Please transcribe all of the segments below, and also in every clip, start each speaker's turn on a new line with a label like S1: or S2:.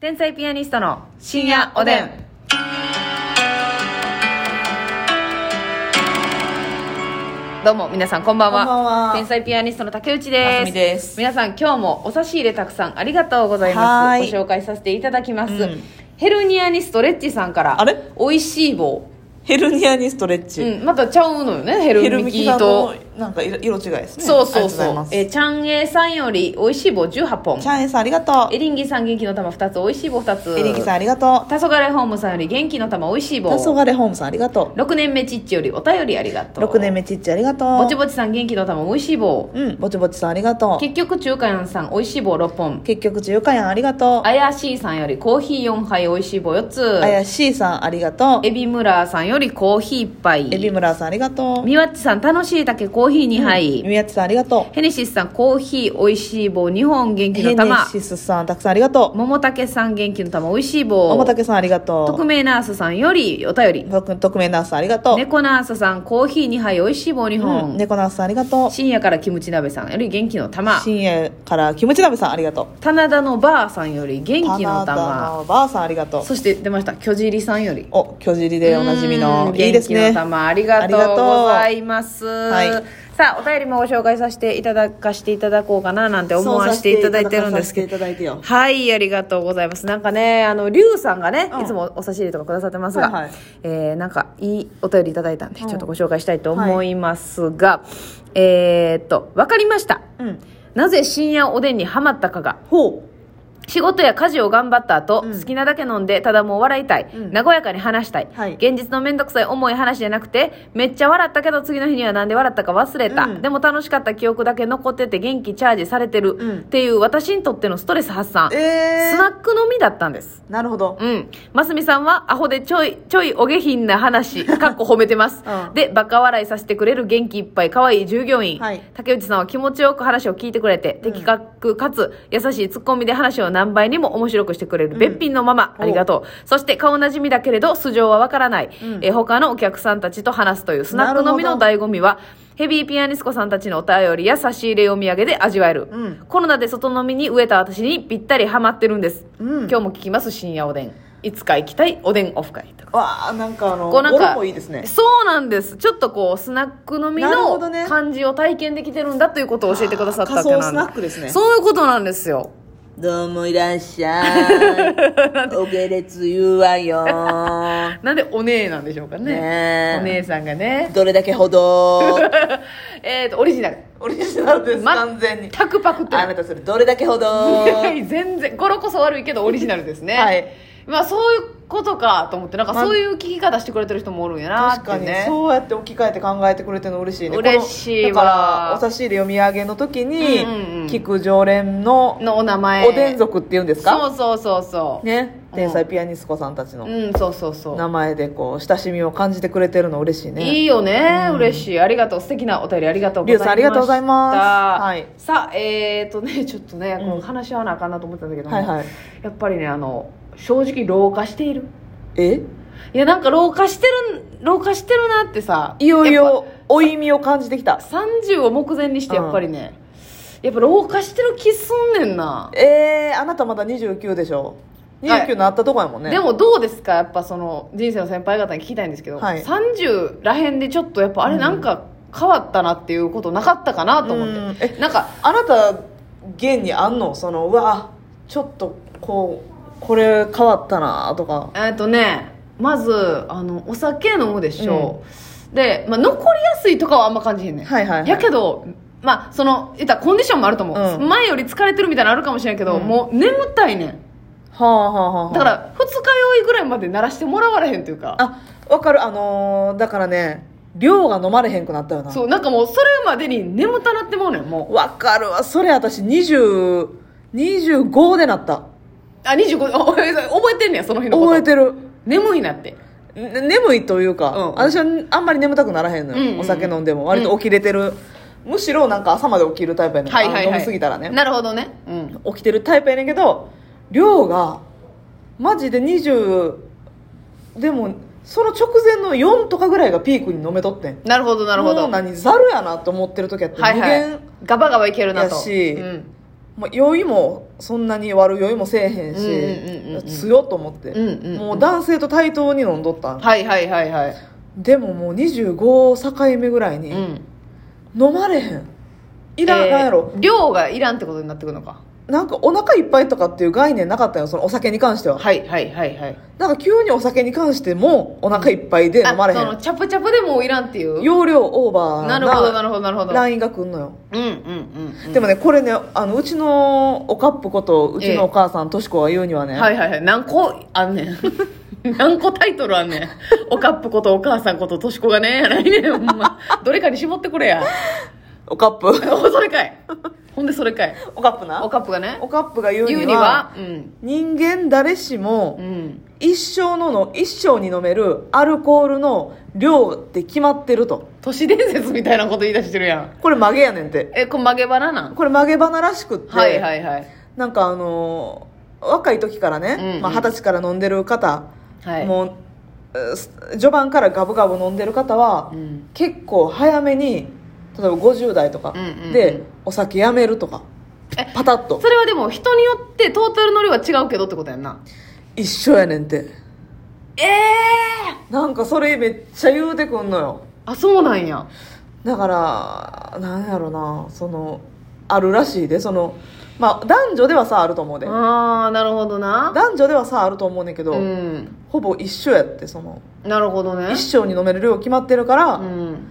S1: 天才ピアニストの深夜おでん。どうも皆さんこんばんは
S2: こんばんは
S1: 天才ピアニストの竹内です
S2: ますみです
S1: 皆さん今日もお差し入れたくさんありがとうござい
S2: は
S1: ま
S2: ー
S1: す
S2: い
S1: ご紹介させていただきます、
S2: うん
S1: ヘルニアにストレッチさんから
S2: あれ
S1: おいしい棒、
S2: ヘルニアにストレッチ、
S1: うん、またちゃうのよねヘ
S2: ヘ
S1: ル
S2: ルミ
S1: ミ
S2: キ
S1: キ
S2: さん
S1: と
S2: のなんか色色違いですね
S1: そうそうそ
S2: ありがとございうま。す
S1: えー、ちゃんえいさんより、美味しい棒18本
S2: チ。ャンエンさんありがと
S1: エリンギさん元気の玉2つ、美味しい棒2つ。
S2: うエリキさん
S1: ん。
S2: ありがとう
S1: 黄昏ホームさんより元気の玉、美味しい棒。
S2: 黄昏ホームさんありがと
S1: 6年目ちっちよりお便りありが
S2: う
S1: とう。
S2: 6年目ちっちありがとう
S1: ぼちぼちさん元気の玉、美味しい棒。
S2: うんぼちぼちさんありがとう
S1: 結局中華やんさん、美味しい棒6本。
S2: 結局中華やんありがとう
S1: 怪しいさんよりコーヒー4杯、美味しい棒4つ。
S2: あやしいさんありがとう
S1: エビムラーさんよりコーヒー1杯。
S2: エビムラーさんありがとう
S1: みわっちさん、楽しいだけコーヒー2杯。
S2: みやちさんありがと
S1: ヘネシスさん、コーヒー、美味しい棒2本、元
S2: う
S1: 気
S2: ヘ
S1: の
S2: ネ
S1: 玉。
S2: シスさんたくさんありがとう
S1: 桃竹さん元気の玉美味しい棒
S2: 桃竹さんありが
S1: 匿
S2: と
S1: 名ナースさんよりお便り
S2: う特匿名ナースさんありがとう
S1: 猫ナースさんコーヒー2杯美味しい棒2
S2: う
S1: 本、
S2: ん猫ナースさんありがとう
S1: 深夜からキムチ鍋さんより元気の玉
S2: 深夜からキムチ鍋さんありがとう
S1: 棚田のばあさんより元気の
S2: 棚田
S1: 玉
S2: のばあさんありがとう
S1: そして出ました巨尻さんより
S2: お巨尻でおなじみ
S1: う
S2: の
S1: ん
S2: いいです
S1: 元気
S2: ね
S1: の玉ありがとうございます、
S2: い
S1: さあお便りもご紹介させていただかしていただこうかななんて思わせていただいてるんですけど
S2: そうさせていただいてよ
S1: はい、ありがとうございます。なんかね、あの、リュウさんがね、
S2: うん
S1: いつもお差し入れとかくださってますが、
S2: はいはい
S1: えーなんか、いいお便りいただいたんで、
S2: うん
S1: ちょっとご紹介したいと思いますが、えーっと、わかりました。
S2: うん
S1: なぜ深夜おでんにハマったかが、
S2: ほ
S1: 仕事や家事を頑張った後、好きなだけ飲んで、ただもう笑いたい、
S2: うん
S1: 和やかに話したい,、
S2: はい
S1: 現実のめんどくさい重い話じゃなくて、めっちゃ笑ったけど次の日にはなんで笑ったか忘れた、
S2: うん
S1: でも楽しかった記憶だけ残ってて元気チャージされてる、
S2: うん
S1: っていう私にとってのストレス発散。
S2: うえ
S1: スナックのみだったんです。
S2: ー、なるほど
S1: うん。ますみさんは、アホでちょい、ちょいお下品な話、 かっこ褒めてます。
S2: うん
S1: で、バカ笑いさせてくれる元気いっぱい可愛い従業員。
S2: はい
S1: 竹内さんは気持ちよく話を聞いてくれて、的確かつ優しいツッコミで話を何倍にも面白くしてくれる、べっぴんのママ、
S2: お
S1: ありがとう。そして、顔なじみだけれど、素性はわからない、えー他のお客さんたちと話すという、スナックのみの醍醐味は、ヘビーピアニスコさんたちのお便りや差し入れお土産で味わえる。
S2: うん
S1: コロナで外飲みに飢えた私にぴったりハマってるんです、
S2: うん
S1: 今日も聞きます深夜おでんいつか行きたいおでんオフ会とか
S2: わあなんかあの
S1: こうなん
S2: 語呂
S1: か
S2: もいいですね
S1: そうなんですちょっとこうスナック飲み
S2: なる
S1: の
S2: ほどね
S1: 感じを体験できてるんだということを教えてくださったわけ
S2: あー仮
S1: な
S2: 想
S1: ん
S2: スナックですね
S1: そういうことなんですよ
S2: どうもいらっし ゃいお下列言うわよ
S1: なんでお姉なんでしょうかねお姉さんがね
S2: どれだけほ ど
S1: えっとオリジナル
S2: オリジナルです、
S1: ま
S2: 完全に
S1: タクパクって
S2: あなたそれどれだけほど
S1: 全然語呂こそ悪いけどオリジナルですね
S2: はい
S1: まあそういうことかと思ってなんか
S2: ま
S1: そういう聞き方してくれてる人もおるんやなって
S2: 確
S1: ね
S2: かにそうやって置き換えて考えてくれてるの嬉しいね
S1: 嬉しいわ
S2: このだからお差し入れ読み上げの時に
S1: うんうんうん
S2: 聞く常連の
S1: のお名前
S2: おでん族っていうんですか、
S1: そうそうそうそう
S2: ね
S1: うん
S2: 天才ピアニスコさんたちの
S1: うんそうそうそう、
S2: 名前でこう親しみを感じてくれてるの嬉しいね
S1: いいよね、嬉しいありがとう素敵なお便りありがとうございました
S2: りゅうさんありがとうございますはい
S1: さあえっ、ー、とねちょっとね、
S2: うん
S1: こう話し合わなあかんなと思ってたんだけども、
S2: はいはい
S1: やっぱりねあの正直老化している
S2: え
S1: いやなんか老化してるん老化してるなってさ
S2: いよい
S1: やっ
S2: よ負い身を感じてきた
S1: ぱ30を目前にしてやっぱりね、やっぱ老化してる気すんねんな、
S2: えー、あなたまだ29でしょ
S1: はい
S2: 29なったとこやもんね、
S1: でもどうですかやっぱその人生の先輩方に聞きたいんですけど、
S2: はい
S1: 30らへんでちょっとやっぱあれなんか変わったなっていうことなかったかなと思って、
S2: うん
S1: なんか
S2: あなた現にあんのそのうわちょっとこうこれ変わったなとか
S1: えっ、とねまずあのお酒飲むでしょう、で、まあ、残りやすいとかはあんま感じへんねん、
S2: はいはいはい
S1: やけどまあその言ったらコンディションもあると思う、
S2: うん
S1: 前より疲れてるみたいなのあるかもしれんけど、
S2: うん
S1: もう眠たいねん
S2: はあはあはあはあ
S1: だから二日酔いぐらいまで鳴らしてもらわれへんというか
S2: あわかるあのーだからね量が飲まれへんくなったよな
S1: そうなんかもうそれまでに眠たなってもうねんもう
S2: わかるわそれ私20 25でなった
S1: あ25お 覚えてんねやその日のこと
S2: 覚えてる
S1: 眠いなって
S2: ね眠いというか、
S1: うん
S2: 私はあんまり眠たくならへんのよ、
S1: うんうんうん
S2: お酒飲んでも割と起きれてる、むしろなんか朝まで起きるタイプやねん、
S1: はいはい
S2: あの
S1: はい
S2: 飲みすぎたらね
S1: なるほどねうん
S2: 起きてるタイプやねんけど量がマジで20でもその直前の4とかぐらいがピークに飲めとってん
S1: なるほどなるほ
S2: もう
S1: ど
S2: 何ざるやなと思ってる時やって、
S1: はいは
S2: 無限
S1: いガバガバいけるなと
S2: やし
S1: うん
S2: まあ、酔いもそんなに悪酔いもせえへんし、
S1: うんうんうんうん
S2: 強っと思って、
S1: うんうんうん
S2: もう男性と対等に飲んどったん、
S1: はいはいはいはい。
S2: でももう25境目ぐらいに、
S1: うん。
S2: 飲まれへんいらん、
S1: えー
S2: なんやろ
S1: 量がいらんってことになってくるのか。
S2: なんかお腹いっぱいとかっていう概念なかったよそのお酒に関しては
S1: はいはいはいはい。
S2: なんか急にお酒に関してもお腹いっぱいで飲まれへ
S1: あその
S2: ん
S1: チャプチャプでもういらんっていう。
S2: 容量オーバー
S1: なるほどな
S2: な
S1: るほどなるほど。
S2: ラインが来んのよ
S1: うんうんうんうん。
S2: でもねこれねあのうちのおかっぷことうち
S1: ええ
S2: のお母さんとしこが言うにはね、
S1: はいはいはい。何個あんねん。 何個タイトルあんねん。おかっぷことお母さんこととしこがね、やないねん。ほんま。どれかに絞ってくれや。
S2: おかっぷ
S1: おそれかい。ほんでそれかい。
S2: おかっぷな
S1: おかっぷがね。
S2: おかっぷが言うに
S1: 言
S2: は
S1: うには、うん。
S2: 人間誰しも
S1: うん。
S2: 一生のの一生に飲めるアルコールの量って決まってると
S1: 都市伝説みたいなこと言い出してるやん。
S2: これ曲げやねんて
S1: え、これ曲げ腹なん
S2: これ曲げ花らしくって、
S1: はいはいはい。
S2: なんかあのー若い時からね
S1: うんうん
S2: まあ二十、歳から飲んでる方、
S1: はい。
S2: もうえーす序盤からガブガブ飲んでる方は、
S1: うん
S2: 結構早めに例えば50代とか
S1: うんうんうん
S2: でお酒やめるとか、
S1: え
S2: パタッと
S1: それはでも人によってトータルの量は違うけどってことやんな。
S2: 一緒やねんって
S1: ええ
S2: なんかそれめっちゃ言うてくんのよ
S1: あ、そうなんや。
S2: だからなんやろなそのあるらしいでそのまあ男女ではさあると思うで
S1: ああ、なるほどな。
S2: 男女ではさあると思うねんけど、
S1: うん。
S2: ほぼ一緒やってその
S1: なるほどね。
S2: 一生に飲める量決まってるから、
S1: うん。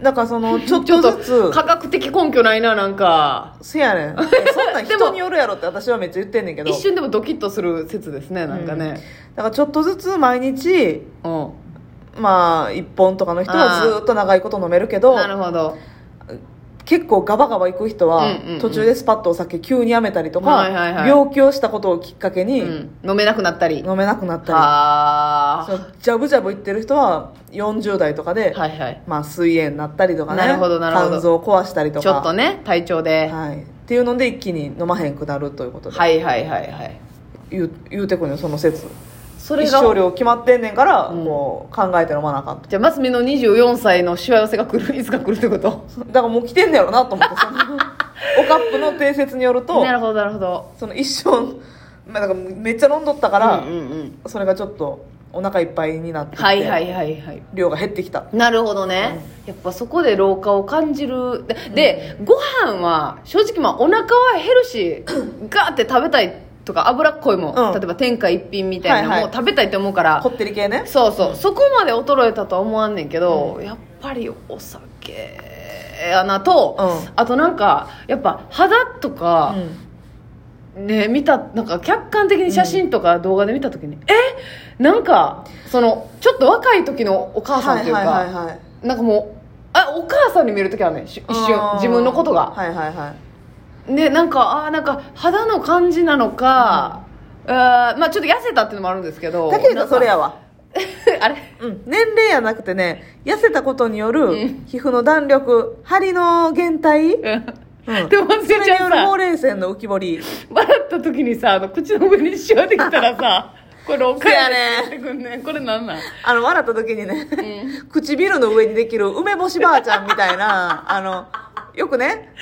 S2: だからそのち
S1: ちょ
S2: ょっ
S1: っと
S2: とずつ
S1: 科学的根拠ないな、なんか。
S2: せ やねんそんなん
S1: でも
S2: 人によるやろって私はめっちゃ言ってんねんけど
S1: 一瞬でもドキッとする説ですね、なんかね。
S2: だからちょっとずつ毎日
S1: うん。
S2: まあ1本とかの人は
S1: あー
S2: ずっと長いこと飲めるけど
S1: なるほど。
S2: 結構ガバガバ行く人は
S1: うんうんうん
S2: 途中でスパッとお酒急にやめたりとか、
S1: はいはいはい
S2: 病気をしたことをきっかけ
S1: う
S2: に
S1: ん。飲めなくなったり。
S2: 飲めなくなった
S1: あ
S2: り、
S1: あ。
S2: そのジャブジャブ行ってる人は40代とかで、
S1: はいはい。
S2: まあ、膵炎になったりとかね
S1: なるほどなるほど
S2: 肝臓壊したりとか
S1: ちょっとね、体調で。
S2: はい、っていうので一気に飲まへんくなるということで、
S1: はいはいはいはい。
S2: 言う言うてくんよその説
S1: そ
S2: 一
S1: れが。
S2: 生量決まってんねんから、
S1: うん
S2: こう考えて飲まなあかんと
S1: じゃあ、ますみの24歳のしわ寄せが来る、いつか来るってこと
S2: だからもう来てんねやろなと思っ てそのおカップの定説によると
S1: なるほど、なるほど。
S2: その一生、まあ、だからめっちゃ飲んどったから、
S1: うんうんうん。
S2: それがちょっとお腹いっぱいになってきて
S1: はいはいはいはい。
S2: 量が減ってきた
S1: なるほどね、やっぱそこで老化を感じるで,で、ご飯は正直まあお腹は減るし ガーって食べたいとか脂っこいも、
S2: うん
S1: 例えば天下一品みたいな
S2: はい
S1: の
S2: は
S1: も
S2: い
S1: 食べたいって思うから、
S2: こってり系ね
S1: そうそう、そこまで衰えたとは思わんねんけど、やっぱりお酒やなと、
S2: うん
S1: あとなんかやっぱ肌とか、ね見たなんか客観的に写真とか動画で見た時に、えなんかそのちょっと若い時のお母さんっていうか、
S2: はいはいはいはい
S1: なんかもうあお母さんに見える時はねし一
S2: あー
S1: 瞬自分のことが、
S2: はいはいはい
S1: でなんかあーなんか肌の感じなのか、あーまあちょっと痩せたっていうのもあるんですけど
S2: だけ
S1: なん
S2: ど
S1: か
S2: それやわ
S1: あれ
S2: うん、年齢やなくてね痩せたことによる
S1: うん
S2: 皮膚の弾力針の減退、うん、
S1: でも忘
S2: そ
S1: れ
S2: れ
S1: ち
S2: に
S1: ゃ
S2: よ
S1: う
S2: るほう
S1: さ
S2: れい線の浮き彫り
S1: 笑った時にさあの口の上にシワできたら さこれおかやねくんねこれなんなん
S2: あの笑った時にね、 唇の上にできる梅干しばあちゃんみたいなあのよくね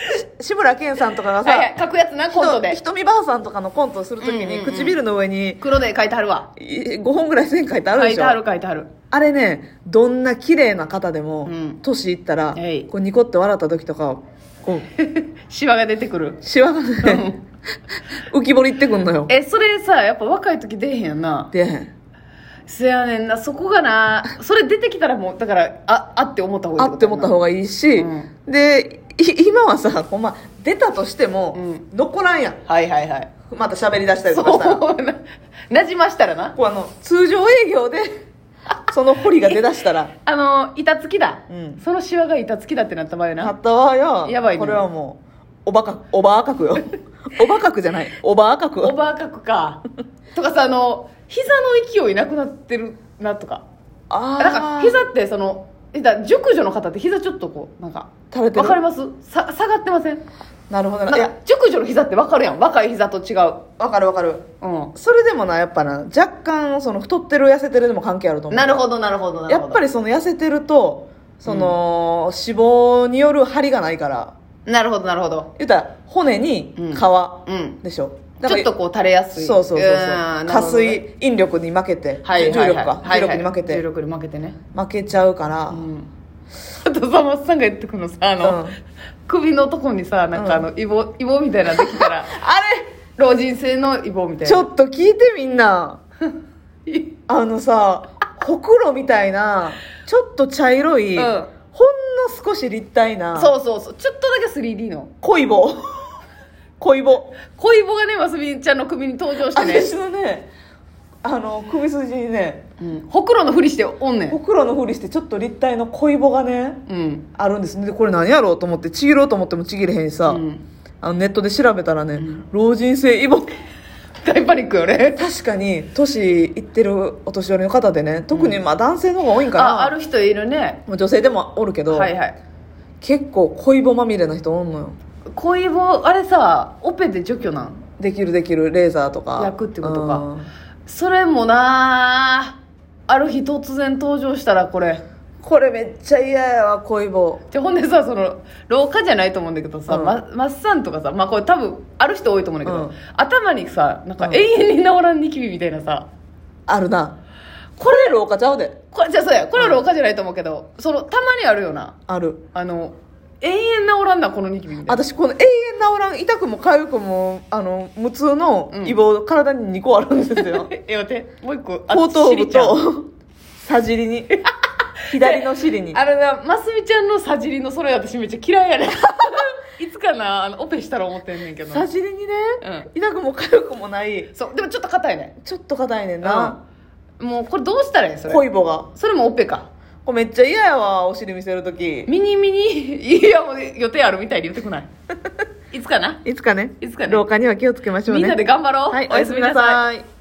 S2: し志村けんさんとかがさ、
S1: はいはい書くやつなコントで
S2: ひとみばあさんとかのコントをする時に、
S1: うんうんうん
S2: 唇の上に
S1: 黒で書いてあるわ
S2: 5本ぐらい線書いてある
S1: 書
S2: で
S1: い
S2: してょ
S1: ある書いてある
S2: あれねどんな綺麗な方でも
S1: うん
S2: 年、いったら
S1: えい
S2: こうニコって笑った時とかこう
S1: シワが出てくる
S2: シワがね、浮き彫りってくんのよ。
S1: えそれさやっぱ若い時出えへんやんな
S2: で、
S1: そやねんなそこがなそれ出てきたらもうだからああって思った方が
S2: あ
S1: いい
S2: って思った方
S1: が
S2: がいいし、
S1: う
S2: で、い今はさ、ほんま、出たとしても
S1: うん、
S2: 残らんやん。
S1: はいはいはい
S2: また喋り出したり
S1: そ
S2: とかしたら。こ
S1: うななじましたらな
S2: うあの、通常営業で、 その堀が出だしたら、
S1: あの板付きだ、
S2: うん
S1: そのシワが板付きだってなった場合
S2: あ
S1: な
S2: ったわよ。
S1: やばいね
S2: これはもう、おばか、おば赤くよ。おば赤くじゃない。おば赤く
S1: オ。ーバーカクかとかさあの膝の勢いなくなってるなとか
S2: あ
S1: なんか膝ってそのえだ熟女の方って膝ちょっとこうなんか
S2: 垂れてる
S1: わかりますさ下がってません
S2: なるほど
S1: な
S2: な。
S1: ん
S2: い
S1: か
S2: や、
S1: 熟女の膝ってわかるやん若い膝と違う
S2: わかるわかる。
S1: う
S2: それでもな、やっぱな、若干、その、太ってる痩せてるでも関係あると思
S1: ん
S2: う。
S1: なるほどなるほどなる
S2: や
S1: ほど
S2: っぱりその痩せてるとその、脂肪による張りがないから
S1: なるほどなるほど
S2: 言ったら骨に皮、
S1: うんうん
S2: でしょだ
S1: ち
S2: か
S1: ょ
S2: ら
S1: っとこう垂れやすい
S2: そうそうそうそう
S1: ーんな
S2: 加
S1: るほどね
S2: 水引力に負けて、
S1: はいはい
S2: 重
S1: はい
S2: 力か、
S1: はいはい
S2: 重力に負けて
S1: 重力に負けてね
S2: 負けちゃうから、
S1: うんあとさ松さんが言ってくのさあの、
S2: うん
S1: 首のとこにさなんかあの、イボイボみたいなのできたら
S2: あれ
S1: 老人性のイボみたいな
S2: ちょっと聞いてみんな
S1: い
S2: あのさほくろみたいなちょっと茶色い、
S1: うん
S2: ほんの少し立体な
S1: そうそうそうちょっとだけ 3D の
S2: 恋棒恋棒
S1: 恋棒がねますみちゃんの首に登場してね
S2: 私のねあの首筋にね
S1: うんほくろのふりしておんね
S2: ほ
S1: ん
S2: くろのふりしてちょっと立体の恋棒がね
S1: うん
S2: あるんですねでこれ何やろうと思ってちぎろうと思ってもちぎれへんしさ、
S1: うん
S2: あのネットで調べたらね、老人性イボ
S1: 大パニックよね
S2: 確かに年いってるお年寄りの方でね特にまあ男性の方が多いんか
S1: あ
S2: な、
S1: ある人いるね
S2: もう女性でもおるけど、
S1: はいはい
S2: 結構恋棒まみれな人おんのよ
S1: 恋棒あれさオペで除去なん
S2: できるできるレーザーとか
S1: 焼くってことか
S2: うん
S1: それもなある日突然登場したらこれ
S2: これめっちゃ嫌やわ恋棒
S1: でほんでさその老化じゃないと思うんだけどさ、
S2: うん
S1: まマッサンとかさまあこれ多分ある人多いと思うんだけど、
S2: うん
S1: 頭にさなんか
S2: うん
S1: 永遠に治らんニキビみたいなさ
S2: あるなこれ老化ちゃうで
S1: これじゃあそうやこれは老化じゃないと思うけど、そのたまにあるよな
S2: ある
S1: あの永遠治らんなこのニキビみたいな
S2: 私この永遠治らん痛くも痒くもあの無痛の
S1: うん
S2: 異棒、体に2個あるんですよ
S1: え待ってもう一個 あ
S2: 後頭部
S1: シリちゃん
S2: と さじ りに左の尻に
S1: あれなますみちゃんのさじりのそれ私めっちゃ嫌いや ねんいつかなあのオペしたら思ってんねんけど
S2: さじりにね、
S1: う
S2: 痛くも痒くもない
S1: そうでもちょっと硬いね
S2: ちょっと硬いねんな、
S1: うんもうこれどうしたらいいんそれ
S2: 恋棒が
S1: それもオペか
S2: これめっちゃ嫌やわお尻見せるとき
S1: ミニミニいやもう予定あるみたいに言ってこ ないいつかない
S2: つかね
S1: いつかね
S2: 廊下には気をつけましょうね
S1: みんなで頑張ろう、
S2: はい
S1: おやすみなさい
S2: い